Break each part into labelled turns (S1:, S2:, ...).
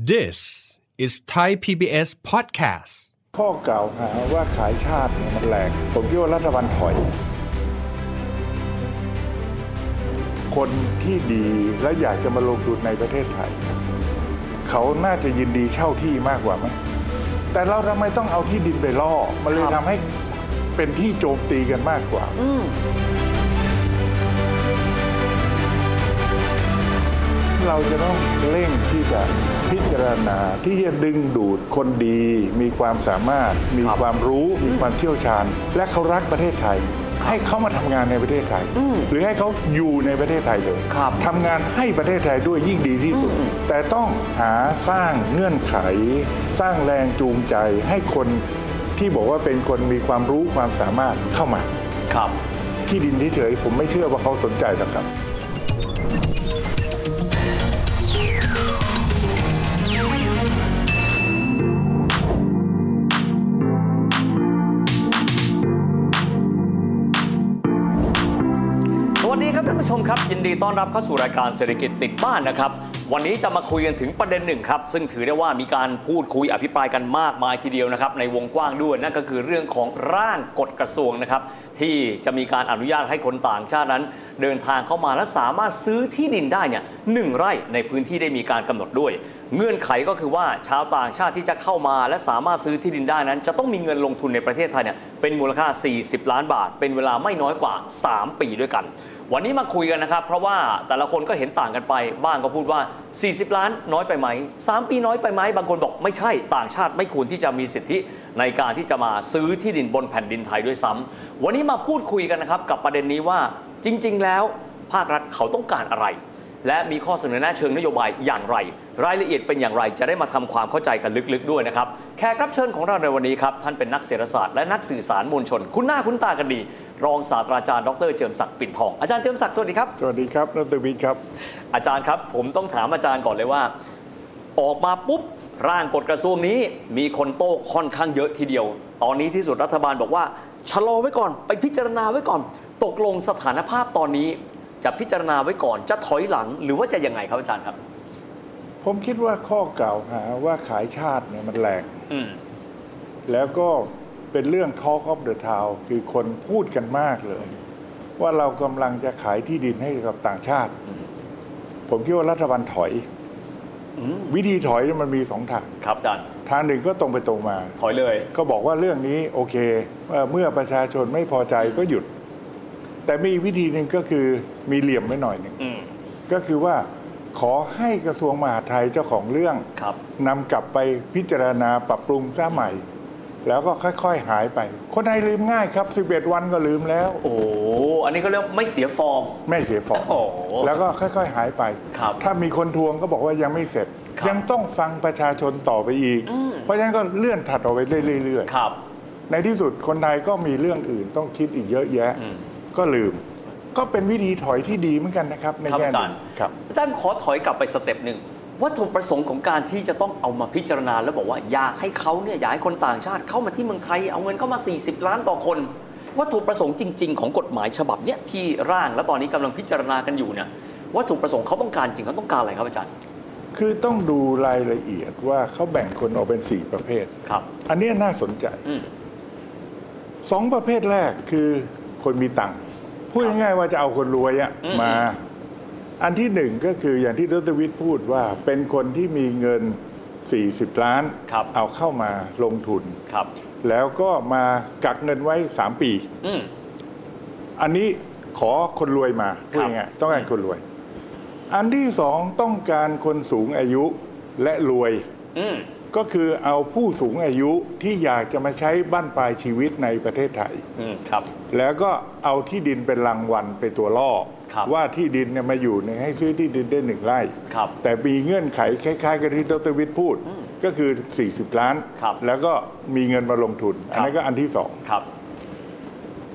S1: This is Thai PBS Podcast.
S2: ข้อกล่าวหาว่าขายชาติเนี่ยมันแหลก ผมคิดว่ารัฐบาลถอย คนที่ดีและอยากจะมาลงทุนในประเทศไทย เขาน่าจะยินดีเช่าที่มากกว่าไหมแต่เราทำไมต้องเอาที่ดินไปล่อ มันเลยทำให้เป็นที่โจมตีกันมากกว่า เราจะต้องเร่งที่จะพิจารณาที่จะดึงดูดคนดี มีความสามารถ มีความรู้มีความเชี่ยวชาญ และเขารักประเทศไทย ให้เขามาทำงานในประเทศไทย หรือให้เขาอยู่ในประเทศไทยเลย
S3: ครับ
S2: ทำงานให้ประเทศไทยด้วยยิ่งดีที่สุด แต่ต้องหาสร้างเงื่อนไข สร้างแรงจูงใจให้คนที่บอกว่าเป็นคนมีความรู้ความสามารถเข้ามา
S3: ครับ
S2: ที่ดินเฉยๆผมไม่เชื่อว่าเขาสนใจหรอกครับ
S3: สวัสดีครับท่านผู้ชมครับ ยินดีต้อนรับเข้าสู่รายการเศรษฐกิจติดบ้านนะครับ วันนี้จะมาคุยกันถึงประเด็นหนึ่งครับ ซึ่งถือได้ว่ามีการพูดคุยอภิปรายกันมากมายทีเดียวนะครับ ในวงกว้างด้วยนั่นก็คือเรื่องของร่างกฎกระทรวงนะครับ ที่จะมีการอนุญาตให้คนต่างชาตินั้น เดินทางเข้ามาและสามารถซื้อที่ดินได้เนี่ยหนึ่งไร่ในพื้นที่ได้มีการกำหนดด้วย เงื่อนไขก็คือว่าชาวต่างชาติที่จะเข้ามาและสามารถซื้อที่ดินได้นั้น จะต้องมีเงินลงทุนในประเทศไทยเนี่ยเป็นมูลค่า 40 ล้านบาท เป็นเวลาไม่น้อยกว่า 3 ปีด้วยกัน วันนี้มาคุยกันนะครับ เพราะว่าแต่ละคนก็เห็นต่างกันไป บ้างก็พูดว่า 40 ล้านน้อยไปไหม 3 ปีน้อยไปไหม บางคนบอกไม่ใช่ต่างชาติไม่ควรที่จะมีสิทธิ ในการที่จะมาซื้อที่ดินบนแผ่นดินไทยด้วยซ้ำวันนี้มาพูดคุยกันนะครับกับประเด็นนี้ว่าจริง ๆ แล้ว ภาครัฐเขาต้องการอะไร และมีข้อเสนอแนะเชิงนโยบายอย่างไร รายละเอียดเป็นอย่างไรจะได้มาทำความเข้าใจกันลึกๆด้วยนะครับ แขกรับเชิญของเราในวันนี้ครับ ท่านเป็นนักเศรษฐศาสตร์และนักสื่อสารมวลชน คุ้นหน้าคุ้นตากันดี รองศาสตราจารย์ดรเจิมศักดิ์ปิ่นทอง อาจารย์เจิมศักดิ์สวัสดีครับ
S2: สวัสดีครับนัตวินครับ
S3: อาจารย์ครับ ผมต้องถามอาจารย์ก่อนเลยว่า ออกมาปุ๊บ ร่างกฎกระทรวงนี้ มีคนโต้ค่อนข้างเยอะทีเดียว ตอนนี้ที่สุดรัฐบาลบอกว่าชะลอไว้ก่อน ไปพิจารณาไว้ก่อน ตกลงสถานภาพตอนนี้ จะพิจารณาไว้ก่อนจะถอยหลังหรือว่าจะยังไงครับอาจารย์ครับ
S2: ผมคิดว่าข้อกล่าวหาว่าขายชาติเนี่ยมันแรง
S3: อืม
S2: แล้วก็เป็นเรื่อง Talk of the Town คือคนพูดกันมากเลย ว่าเรากำลังจะขายที่ดินให้กับต่างชาติ ผมคิดว่ารัฐบาลถอย
S3: อืม
S2: วิธีถอยเนี่ยมันมีสองทาง
S3: ครับอาจารย์
S2: ทางหนึ่งก็ตรงไปตรงมา
S3: ถอยเลย
S2: ก็บอกว่าเรื่องนี้โอเคเอ่อเมื่อประชาชนไม่พอใจก็หยุด แต่มีวิธีหนึ่งก็คือมีเหลี่ยมไว้หน่อยหนึ่ง
S3: อืม
S2: ก็คือว่าขอให้กระทรวงมหาดไทยเจ้าของเรื่อง
S3: ครับ
S2: นำกลับไปพิจารณาปรับปรุงซะใหม่ แล้วก็ค่อยๆหายไป คนไทยลืมง่ายครับ 11 วันก็ลืมแล้ว
S3: โอ้โหอันนี้เขาเรียกไม่เสียฟอร์ม
S2: ไม่เสียฟอร์ม
S3: โอ้โห
S2: แล้วก็ค่อยๆหายไป
S3: ครับ
S2: ถ้ามีคนทวงก็บอกว่ายังไม่เสร็จ
S3: ครับ
S2: ยังต้องฟังประชาชนต่อไปอีก เพราะฉะนั้นก็เลื่อนถัดออกไปเรื่อย
S3: ครับ
S2: ๆ ในที่สุดคนไทยก็มีเรื่องอื่นต้องคิดอีกเยอะแยะ
S3: อืม
S2: ก็ลืม ก็เป็นวิธีถอยที่ดีเหมือนกันนะครับ ใน
S3: ครับ
S2: แง่
S3: อา
S2: ห
S3: จา
S2: นึ่
S3: รย์
S2: งครับ
S3: อาจารย์ขอถอยกลับไปสเต็ปหนึ่งวัตถุประสงค์ของการที่จะต้องเอามาพิจารณาแล้วบอกว่าอยากให้เขาเนี่ยอยากให้คนต่างชาติเข้ามาที่เมืองไทย เอาเงินเข้ามา 40 ล้านต่อคน วัตถุประสงค์จริง ๆ ของกฎหมายฉบับเนี้ยที่ร่างและตอนนี้กำลังพิจารณากันอยู่เนี่ยวัตถุประสงค์เขาต้องการจริงเขาต้องการอะไรครับอาจารย์
S2: คือต้องดูรายละเอียดว่าเขาแบ่งคนออกเป็น 4 ประเภท
S3: ครับ
S2: อันเนี้ยน่าสนใจ
S3: อืม
S2: สองประเภทแรกคือคนมีตังค์พูดง่ายๆว่าจะเอาคนรวยอะมา อันที่หนึ่งก็คืออย่างที่ดรวิทย์พูดว่าเป็นคนที่มีเงิน 40 ล้าน
S3: ครับ
S2: เอาเข้ามาลงทุน
S3: ครับ
S2: แล้วก็มากักเงินไว้ 3 ปี
S3: อืม
S2: อันนี้ขอคนรวยมา
S3: ครับ
S2: พูดง่ายๆต้องการคนรวย อันที่สองต้องการคนสูงอายุและรวย
S3: อืม
S2: ก็คือเอาผู้สูงอายุที่อยากจะมาใช้บ้านปลายชีวิตในประเทศไทย
S3: อืมครับ
S2: แล้วก็เอาที่ดินเป็นรางวัลเป็นตัวล่อ
S3: ครับ
S2: ว่าที่ดินเนี่ยมาอยู่เนี่ยให้ซื้อที่ดินได้หนึ่งไร่
S3: ครับ
S2: แต่มีเงื่อนไขคล้ายๆ กับที่ดรวิทย์พูด ก็คือ 40 ล้าน
S3: ครับ
S2: แล้วก็มีเงินมาลงทุน
S3: ครับ
S2: อันนั้นก็อันที่สอง
S3: ครับ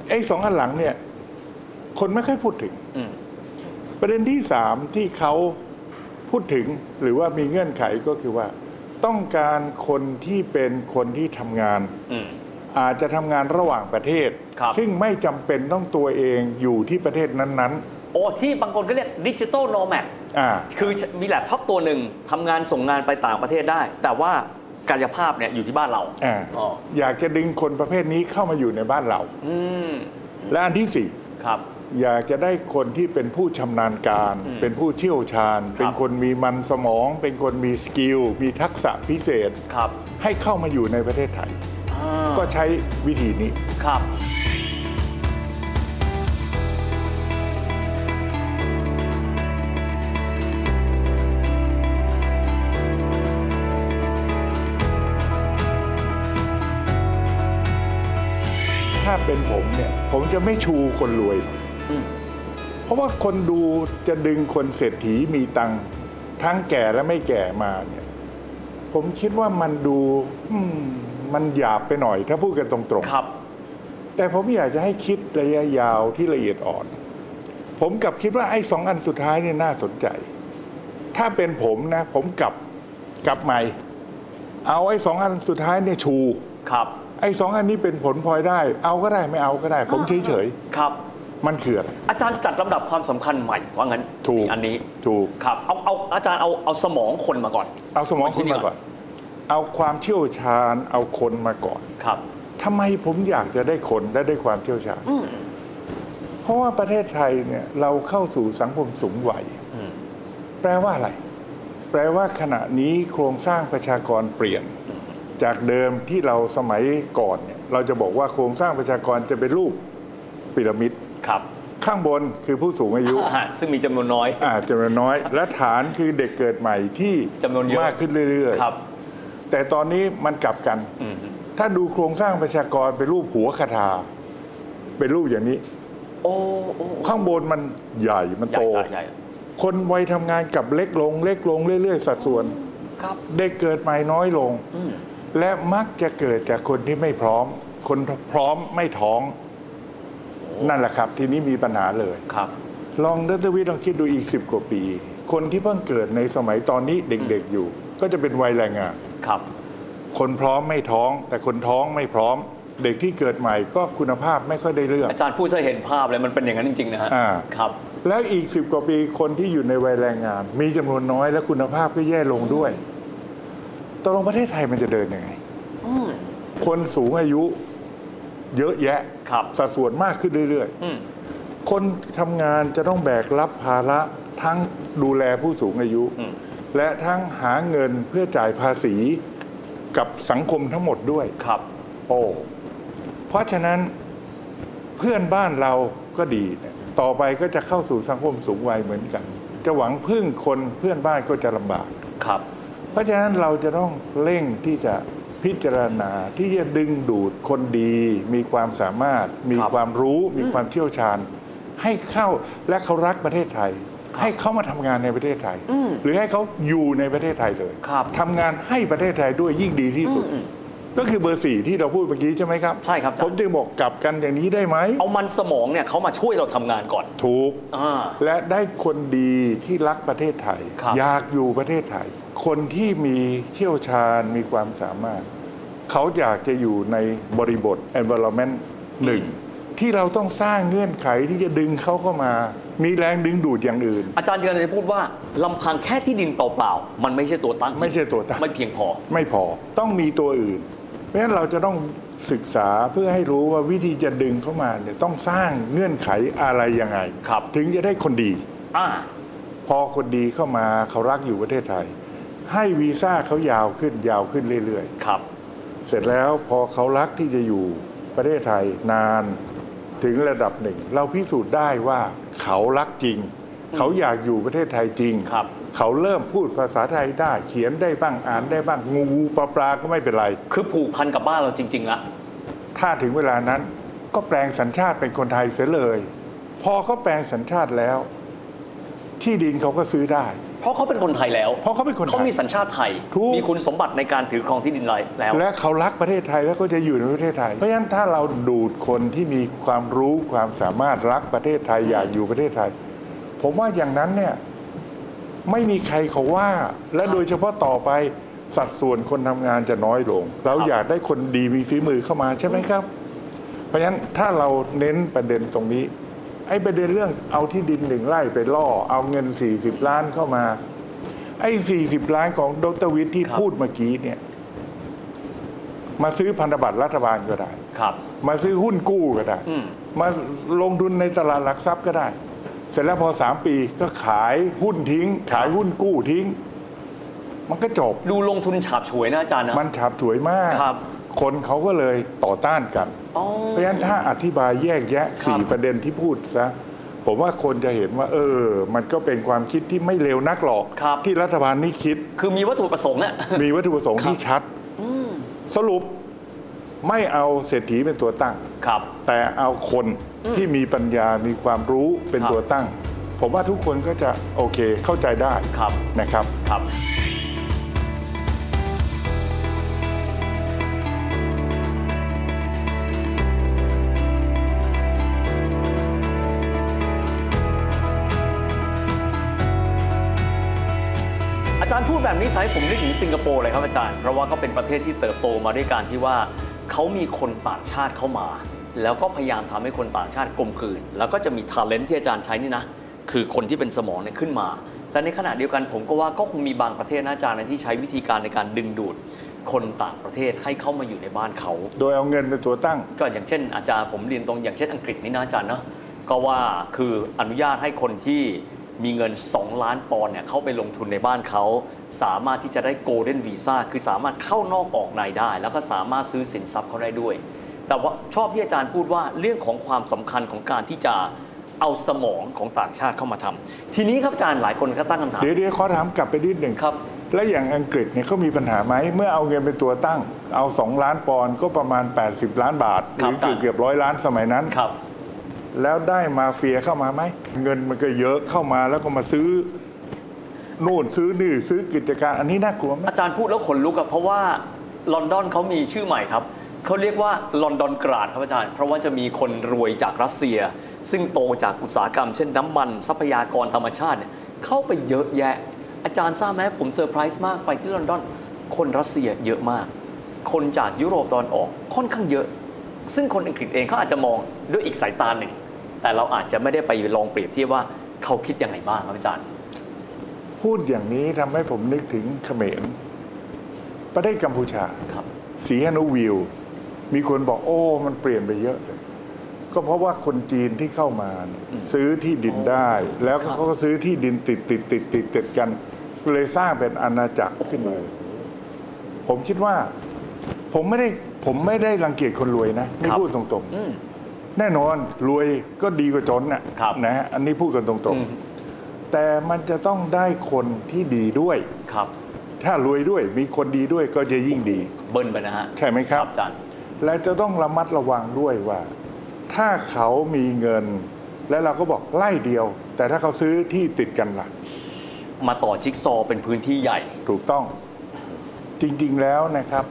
S2: ไอ้สองอันหลังเนี่ยคนไม่ค่อยพูดถึง
S3: อืม
S2: ประเด็นที่สามที่เขาพูดถึงหรือว่ามีเงื่อนไขก็คือว่า ต้องการคนที่เป็นคนที่ทำงาน
S3: อืม
S2: อาจจะทำงานระหว่างประเทศ
S3: ครับ
S2: ซึ่งไม่จำเป็นต้องตัวเองอยู่ที่ประเทศนั้น
S3: โอ้ที่บางคนก็เรียกดิจิ t a ล n o แม d
S2: อ่า
S3: คือมีแล็ปท็อปตัวหนึ่งทำงานส่งงานไปต่างประเทศได้ แต่ว่ากายภาพเนี่ยอยู่ที่บ้านเรา
S2: อ่า
S3: อ๋อ
S2: อยากจะดึงคนประเภทนี้เข้ามาอยู่ในบ้านเรา
S3: อืม
S2: และอันที่สี่
S3: ครับ
S2: อยากจะได้คนที่เป็นผู้ชำนาญการ เป็นผู้เชี่ยวชาญ เป็นคนมีมันสมอง เป็นคนมีสกิล มีทักษะพิเศษ
S3: ครับ
S2: ให้เข้ามาอยู่ในประเทศไทย
S3: อ่า
S2: ก็ใช้วิธีนี้
S3: ครับ
S2: ถ้าเป็นผมเนี่ย ผมจะไม่ชูคนรวยหรอก
S3: อืม
S2: เพราะว่าคนดูจะดึงคนเศรษฐีมีตังค์ทั้งแก่และไม่แก่มาเนี่ย ผมคิดว่ามันดูอืมมันหยาบไปหน่อย ถ้าพูดกันตรงๆ
S3: ครับ
S2: แต่ผมอยากจะให้คิดระยะยาวที่ละเอียดอ่อน ผมกลับคิดว่าไอ้สองอันสุดท้ายเนี่ยน่าสนใจ ถ้าเป็นผมนะ ผมกลับกลับใหม่ เอาไอ้สองอันสุดท้ายเนี่ยชู
S3: ครับ
S2: ไอ้สองอันนี้เป็นผลพลอยได้ เอาก็ได้ไม่เอาก็ได้ ผมเฉยเฉย
S3: ครับ
S2: ๆมันคืออะไร
S3: อาจารย์จัดลำดับความสำคัญใหม่ว่างั้น
S2: ถูก
S3: สี่อันนี้
S2: ถูก
S3: ครับเอาเอาอาจารย์เอาเอาสมองคนมาก่อน
S2: เอาสมองคุณมาก่อน เอาความเชี่ยวชาญ เอาคนมาก่อน
S3: ครับ
S2: ทำไมผมอยากจะได้คนและได้ความเชี่ยวชาญ เพราะว่าประเทศไทยเนี่ยเราเข้าสู่สังคมสูงวัย แปลว่าอะไร แปลว่าขณะนี้โครงสร้างประชากรเปลี่ยน จากเดิมที่เราสมัยก่อนเนี่ยเราจะบอกว่าโครงสร้างประชากรจะเป็นรูปพีระมิด
S3: ครับ
S2: ข้างบนคือผู้สูงอายุ
S3: อาหารซึ่งมีจำนวนน้อย
S2: อาจจะน้อย และฐานคือเด็กเกิดใหม่ที่
S3: จำนวนเยอะ
S2: มากขึ้นเรื่อย
S3: ครับ
S2: ๆ แต่ตอนนี้มันกลับกัน
S3: อืม
S2: ถ้าดูโครงสร้างประชากรเป็นรูปหัวคาทา เป็นรูปอย่างนี้
S3: โอ้โอ้
S2: ข้างบนมันใหญ่มัน
S3: ใหญ่
S2: โต
S3: ใหญ่ใหญ่
S2: คนวัยทำงานกลับเล็กลง เล็กลงเรื่อย ๆ สัดส่วน
S3: ครับ
S2: ได้เกิดใหม่น้อยลง
S3: อืม
S2: และมักจะเกิดจากคนที่ไม่พร้อม คนพร้อมไม่ท้อง นั่นแหละครับ ทีนี้มีปัญหาเลย
S3: ครับ
S2: ลองดรวิทย์ลองคิดดูอีก 10 กว่าปี คนที่เพิ่งเกิดในสมัยตอนนี้เด็กๆอยู่ ก็จะเป็นวัยแรงงาน
S3: ครับ
S2: คนพร้อมไม่ท้อง แต่คนท้องไม่พร้อม เด็กที่เกิดใหม่ก็คุณภาพไม่ค่อยได้เรื่อง
S3: อาจารย์พูดให้เห็นภาพเลยมันเป็นอย่างนั้นจริง ๆ นะฮะ
S2: อ่า
S3: ครับ
S2: แล้วอีก 10 กว่าปีคนที่อยู่ในวัยแรงงาน มีจำนวนน้อยและคุณภาพก็แย่ลงด้วยตกลงประเทศไทยมันจะเดินยังไง
S3: อืม
S2: คนสูงอายุเยอะแยะ
S3: ครับ
S2: สัดส่วนมากขึ้นเรื่อย
S3: อืม
S2: ๆ คนทำงานจะต้องแบกรับภาระทั้งดูแลผู้สูงอายุ
S3: อืม
S2: และทั้งหาเงินเพื่อจ่ายภาษีกับสังคมทั้งหมดด้วย
S3: ครับ
S2: โอ้ เพราะฉะนั้นเพื่อนบ้านเราก็ดีเนี่ยต่อไปก็จะเข้าสู่สังคมสูงวัยเหมือนกัน จะหวังพึ่งคนเพื่อนบ้านก็จะลำบาก
S3: ครับ
S2: เพราะฉะนั้นเราจะต้องเร่งที่จะพิจารณาที่จะดึงดูดคนดี มีความสามารถ มี
S3: ครับ
S2: ความรู้ มีความเชี่ยวชาญ ให้เข้าและเขารักประเทศไทย ให้เขามาทำงานในประเทศไทย หรือให้เขาอยู่ในประเทศไทยเลย
S3: ครับ
S2: ทำงานให้ประเทศไทยด้วยยิ่งดีที่สุด ก็คือเบอร์สี่ที่เราพูดเมื่อกี้ใช่ไหมครับ
S3: ใช่ครับอาจารย์
S2: ผมจึงบอกกลับกันอย่างนี้ได้ไหม
S3: เอามันสมองเนี่ยเขามาช่วยเราทำงานก่อน
S2: ถูก
S3: อ่า
S2: และได้คนดีที่รักประเทศไทย
S3: ครับ
S2: อยากอยู่ประเทศไทย คนที่มีเชี่ยวชาญมีความสามารถ เขาอยากจะอยู่ในบริบท environment หนึ่งที่เราต้องสร้างเงื่อนไขที่จะดึงเขาเข้ามา มีแรงดึงดูดอย่างอื่น
S3: อาจารย์เจริญจะพูดว่าลำพังแค่ที่ดินเปล่าๆ มันไม่ใช่ตัวตั้ง
S2: ไม่ใช่ตัวตั้ง
S3: ไม่เพียงพอ
S2: ไม่พอต้องมีตัวอื่น เพราะฉะนั้นเราจะต้องศึกษาเพื่อให้รู้ว่าวิธีจะดึงเข้ามาเนี่ยต้องสร้างเงื่อนไขอะไรยังไง
S3: ครับ
S2: ถึงจะได้คนดี
S3: อ่า
S2: พอคนดีเข้ามาเขารักอยู่ประเทศไทย ให้วีซ่าเขายาวขึ้นยาวขึ้นเรื่อย
S3: ครับ
S2: ๆ เสร็จแล้วพอเขารักที่จะอยู่ประเทศไทยนานถึงระดับหนึ่ง เราพิสูจน์ได้ว่าเขารักจริง เขาอยากอยู่ประเทศไทยจริง
S3: ครับ
S2: เขาเริ่มพูดภาษาไทยได้ เขียนได้บ้างอ่านได้บ้างงูปลาปลาก็ไม่เป็นไร
S3: คือผูกพันกับบ้านเราจริง ๆ ละ
S2: ถ้าถึงเวลานั้นก็แปลงสัญชาติเป็นคนไทยเสียเลย พอเขาแปลงสัญชาติแล้ว ที่ดินเขาก็ซื้อได้
S3: เพราะเขาเป็นคนไทยแล้ว
S2: เพราะเขาเป็นคนไทย
S3: เขามีสัญชาติไทย
S2: ถูก
S3: มีคุณสมบัติในการถือครองที่ดินไรแล้ว
S2: และเขารักประเทศไทยแล้วก็จะอยู่ในประเทศไทย เพราะฉะนั้นถ้าเราดูดคนที่มีความรู้ความสามารถรักประเทศไทยอยากอยู่ประเทศไทย ผมว่าอย่างนั้นเนี่ยไม่มีใครเขาว่า และโดยเฉพาะต่อไปสัดส่วนคนทำงานจะน้อยลง เราอยากได้คนดีมีฝีมือเข้ามาใช่ไหมครับ เพราะฉะนั้นถ้าเราเน้นประเด็นตรงนี้ ไอ้ประเด็นเรื่องเอาที่ดินหนึ่งไร่ไปล่อ เอาเงิน 40 ล้านเข้ามา ไอ้ 40 ล้านของดรวิทย์ที่
S3: ครับ
S2: พูดเมื่อกี้เนี่ย มาซื้อพันธบัตรรัฐบาลก็ได้
S3: ครับ
S2: มาซื้อหุ้นกู้ก็ได้
S3: อืม
S2: มาลงทุนในตลาดหลักทรัพย์ก็ได้ เสร็จแล้วพอสามปีก็ขายหุ้นทิ้ง ขายหุ้นกู้ทิ้ง มันก็จบ
S3: ดูลงทุนฉาบฉวยนะอาจารย์นะ
S2: มันฉาบฉวยมาก
S3: ครับ
S2: คนเขาก็เลยต่อต้านกัน
S3: อ๋อ
S2: เพราะฉะนั้นถ้าอธิบายแยกแยะสี่
S3: ครับ
S2: ประเด็นที่พูดซะ ผมว่าคนจะเห็นว่า เออ มันก็เป็นความคิดที่ไม่เลวนักหรอก
S3: ครับ
S2: ที่รัฐบาลนี่คิด
S3: คือมีวัตถุประสงค์อะ
S2: มีวัตถุประสงค์
S3: ครับ
S2: ที่ชัด สรุปไม่เอาเศรษฐีเป็นตัวตั้ง
S3: ครับ
S2: แต่เอาคนที่มีปัญญา มีความรู้เป็น
S3: ครับ
S2: ตัวตั้ง ผมว่าทุกคนก็จะโอเคเข้าใจได้
S3: ครับ
S2: นะครับ
S3: ครับ อาจารย์พูดแบบนี้ทำให้ผมนึกถึงสิงคโปร์เลยครับอาจารย์ เพราะว่าก็เป็นประเทศที่เติบโตมาด้วยการที่ว่าเขามีคนต่างชาติเข้ามา แล้วก็พยายามทำให้คนต่างชาติกลมกลืน แล้วก็จะมีท ALENT ที่อาจารย์ใช้นี่นะ คือคนที่เป็นสมองเนี่ยขึ้นมา แต่ในขณะเดียวกันผมก็ว่าก็คงมีบางประเทศนะอาจารย์นะที่ใช้วิธีการในการดึงดูด คนต่างประเทศให้เข้ามาอยู่ในบ้านเขา
S2: โดยเอาเงินเป็นตัวตั้ง
S3: ก็อย่างเช่นอาจารย์ผมเรียนตรงอย่างเช่นอังกฤษนี่นะอาจารย์เนาะก็ว่าคืออนุญาตให้คนที่มีเงิน 2 ล้านปอนด์เนี่ยเข้าไปลงทุนในบ้านเขา สามารถที่จะได้โกลเด้นวีซ่าคือสามารถเข้านอกออกในได้ แล้วก็สามารถซื้อสินทรัพย์เขาได้ด้วย แต่ว่าชอบที่อาจารย์พูดว่าเรื่องของความสำคัญของการที่จะเอาสมองของต่างชาติเข้ามาทำทีนี้ครับอาจารย์หลายคนก็ตั้งคำถาม
S2: เดี๋ยวเดี๋ยวขอถามกลับไปนิดหนึ่ง
S3: ครับ
S2: และอย่างอังกฤษเนี่ยเขามีปัญหาไหม เมื่อเอาเงินเป็นตัวตั้ง เอา 2 ล้านปอนด์ก็ประมาณ 80 ล้านบาท หรือเกือบเกือบร้อยล้านสมัยนั้น
S3: ครับ
S2: แล้วได้มาเฟียเข้ามาไหม เงินมันก็เยอะเข้ามาแล้วก็มาซื้อ นู่นซื้อนี่ซื้อกิจการอันนี้น่ากลัวไหม
S3: อาจารย์พูดแล้วขนลุกอะเพราะว่าลอนดอนเขามีชื่อใหม่ครับ เขาเรียกว่าลอนดอนกราดครับอาจารย์ เพราะว่าจะมีคนรวยจากรัสเซีย ซึ่งโตจากอุตสาหกรรม เช่นน้ำมันทรัพยากรธรรมชาติเนี่ยเข้าไปเยอะแยะ อาจารย์ทราบไหมผมเซอร์ไพรส์มากไปที่ลอนดอน คนรัสเซียเยอะมาก คนจากยุโรปตอนออกค่อนข้างเยอะ ซึ่งคนอังกฤษเองเขาอาจจะมองด้วยอีกสายตาหนึ่ง แต่เราอาจจะไม่ได้ไปลองเปรียบเทียบว่าเขาคิดยังไงบ้างครับอาจารย์
S2: พูดอย่างนี้ทำให้ผมนึกถึงเขมรประเทศกัมพูชา
S3: ครับ
S2: สีฮานุวิว มีคนบอกโอ้ มันเปลี่ยนไปเยอะเลย ก็เพราะว่าคนจีนที่เข้ามาเนี่ยซื้อที่ดินได้ แล้วก็เขาก็ซื้อที่ดินติดติดติดติดติดกัน เลยสร้างเป็นอาณาจักรขึ้นมาผมคิดว่า ผมไม่ได้ผมไม่ได้รังเกียจคนรวยนะนี่
S3: ครับ
S2: พูดตรงๆ
S3: อืม
S2: แน่นอนรวยก็ดีกว่าจนนะครับ นะฮะอันนี้พูดกันตรงๆ แต่มันจะต้องได้คนที่ดีด้วย
S3: ครับ
S2: ถ้ารวยด้วยมีคนดีด้วยก็จะยิ่งดี
S3: เบิ้ลไปนะฮะ
S2: ใช่ไหมค
S3: ค
S2: รั
S3: รับ บอาจารย์
S2: และจะต้องระมัดระวังด้วยว่า ถ้าเขามีเงิน และเราก็บอกไล่เดียว แต่ถ้าเขาซื้อที่ติดกันล่ะ
S3: มาต่อจิ๊กซอว์เป็นพื้นที่ใหญ่
S2: ถูกต้องจริงๆแล้วนะครับ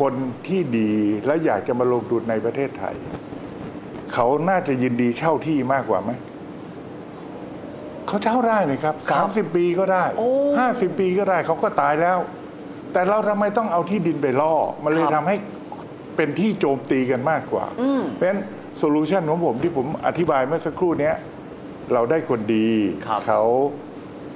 S2: คนที่ดีและอยากจะมาลงทุนในประเทศไทย เขาน่าจะยินดีเช่าที่มากกว่าไหมเขาเช่าได้เลยครับ
S3: ครั
S2: สามสิ
S3: บบ
S2: ปีก็ได้
S3: โอ้
S2: ห้าสิบปีก็ได้เขาก็ตายแล้ว แต่เราทำไมต้องเอาที่ดินไปล่อ มันเลย
S3: ครั
S2: ทำ
S3: บ
S2: ให้เป็นที่โจมตีกันมากกว่า
S3: อืม
S2: เพราะฉะนั้นโซลูชันของผมที่ผมอธิบายเมื่อสักครู่เนี้ยเราได้คนดี
S3: ครับ
S2: เขา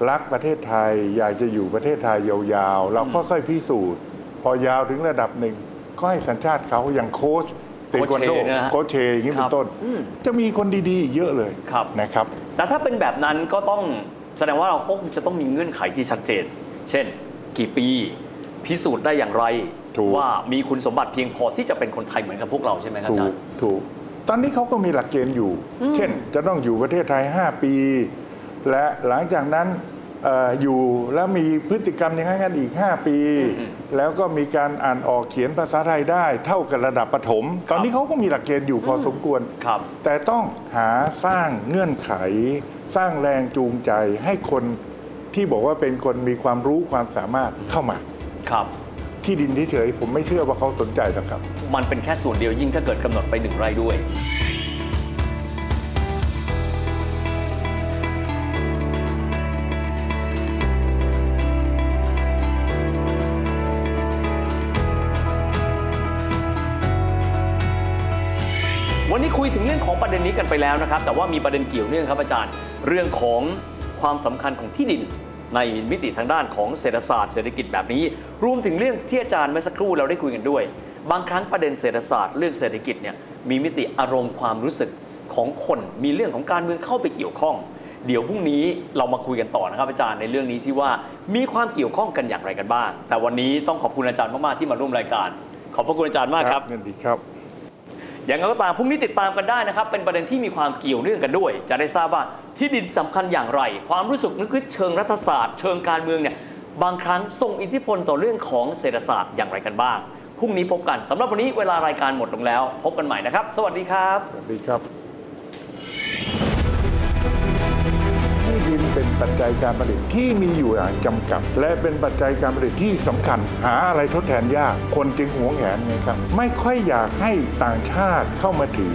S2: รักประเทศไทย อยากจะอยู่ประเทศไทยยาวๆ เราค่อยๆพิสูจน์ พอยาวถึงระดับหนึ่ง ก็ให้สัญชาติเขาอย่างโค้ชเตควันโด
S3: โค้ชเชเนี่ยนะฮะ
S2: โค้ชเชอย่างนี้
S3: ค
S2: เป็
S3: รับ
S2: นต้น
S3: อืม
S2: จะมีคนดีๆ เยอะเลย
S3: ครับ
S2: นะครับ
S3: แต่ถ้าเป็นแบบนั้นก็ต้องแสดงว่าเราก็คงจะต้องมีเงื่อนไขที่ชัดเจน เช่น กี่ปี พิสูจน์ได้อย่างไร
S2: ถูก
S3: ว่ามีคุณสมบัติเพียงพอที่จะเป็นคนไทยเหมือนกับพวกเราใช่ไหมครับ
S2: ถู
S3: อาจาก รย์
S2: ถูก ตอนนี้เขาก็มีหลักเกณฑ์อยู่ เช่น จะต้องอยู่ประเทศไทย 5 ปี และหลังจากนั้นเอออยู่แล้วมีพฤติกรรมอย่างนั้นกันอีก 5 ปี แล้วก็มีการอ่านออกเขียนภาษาไทยได้ เท่ากับระดับประถม ตอนนี้เขาก็มีหลักเกณฑ์อยู่พอสมควร
S3: ครับ
S2: แต่ต้องหาสร้างเงื่อนไข สร้างแรงจูงใจให้คนที่บอกว่าเป็นคนมีความรู้ความสามารถเข้ามา
S3: ครับ
S2: ที่ดินเฉยๆผมไม่เชื่อว่าเขาสนใจหรอกครับ
S3: มันเป็นแค่ส่วนเดียวยิ่งถ้าเกิดกำหนดไปหนึ่งไร่ด้วย ว วันนี้คุยถึงเรื่องของประเด็นนี้กันไปแล้วนะครับ แต่ว่ามีประเด็นเกี่ยวเนื่องครับอาจารย์ เรื่องของความสำคัญของที่ดิน ในมิติทางด้านของเศรษฐศาสตร์เศรษฐกิจแบบนี้ รวมถึงเรื่องที่อาจารย์เมื่อสักครู่เราได้คุยกันด้วย บางครั้งประเด็นเศรษฐศาสตร์เรื่องเศรษฐกิจเนี่ยมีมิติอารมณ์ความรู้สึกของคนมีเรื่องของการเมืองเข้าไปเกี่ยวข้อง เดี๋ยวพรุ่งนี้เรามาคุยกันต่อนะครับอาจารย์ในเรื่องนี้ที่ว่ามีความเกี่ยวข้องกันอย่างไรกันบ้าง แต่วันนี้ต้องขอบคุณอาจารย์มากๆที่มาร่วมรายการ ขอบพระคุณอาจารย์มากครับ
S2: นั่นดีครับ
S3: อย่างไรก็ตามพรุ่งนี้ติดตามกันได้นะครับ เป็นประเด็นที่มีความเกี่ยวเนื่องกันด้วย จะได้ทราบว่าที่ดินสำคัญอย่างไร ความรู้สึกนึกคิดเชิงรัฐศาสตร์เชิงการเมืองเนี่ยบางครั้งส่งอิทธิพลต่อเรื่องของเศรษฐศาสตร์อย่างไรกันบ้างพรุ่งนี้พบกันสำหรับวันนี้เวลารายการหมดลงแล้ว พบกันใหม่นะครับ สวัสดีครับ
S2: สวัสดีครับ ที่ดินเป็นปัจจัยการผลิตที่มีอยู่อย่างจำกัด และเป็นปัจจัยการผลิตที่สำคัญ หาอะไรทดแทนยาก คนจึงหวงแหนไงครับ ไม่ค่อยอยากให้ต่างชาติเข้ามาถือ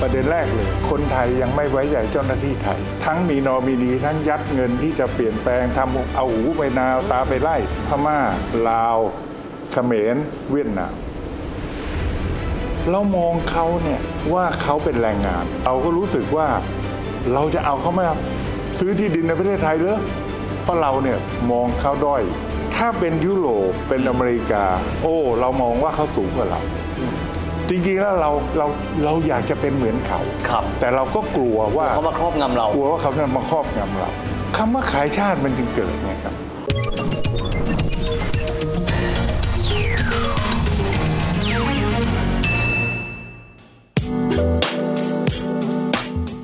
S2: ประเด็นแรกเลย คนไทยยังไม่ไว้ใจเจ้าหน้าที่ไทย ทั้งมีนอมินีทั้งยัดเงินที่จะเปลี่ยนแปลงทำเอาหูไปนาวตาไปไล่พม่า ลาวเขมรเวียดนาม เรามองเขาเนี่ยว่าเขาเป็นแรงงาน เราก็รู้สึกว่าเราจะเอาเขามาซื้อที่ดินในประเทศไทยเหรอเพราะเราเนี่ยมองเขาด้อย ถ้าเป็นยุโรปเป็นอเมริกา โอ้ เรามองว่าเขาสูงกว่าเรา จริงๆแล้วเราเราเราอยากจะเป็นเหมือนเขา
S3: ครับ
S2: แต่เราก็กลัวว่า
S3: เขามาครอบงำเรา
S2: กลัวว่าเขาจะมาครอบงำเราคำว่าขายชาติมันจึงเกิดไงครับ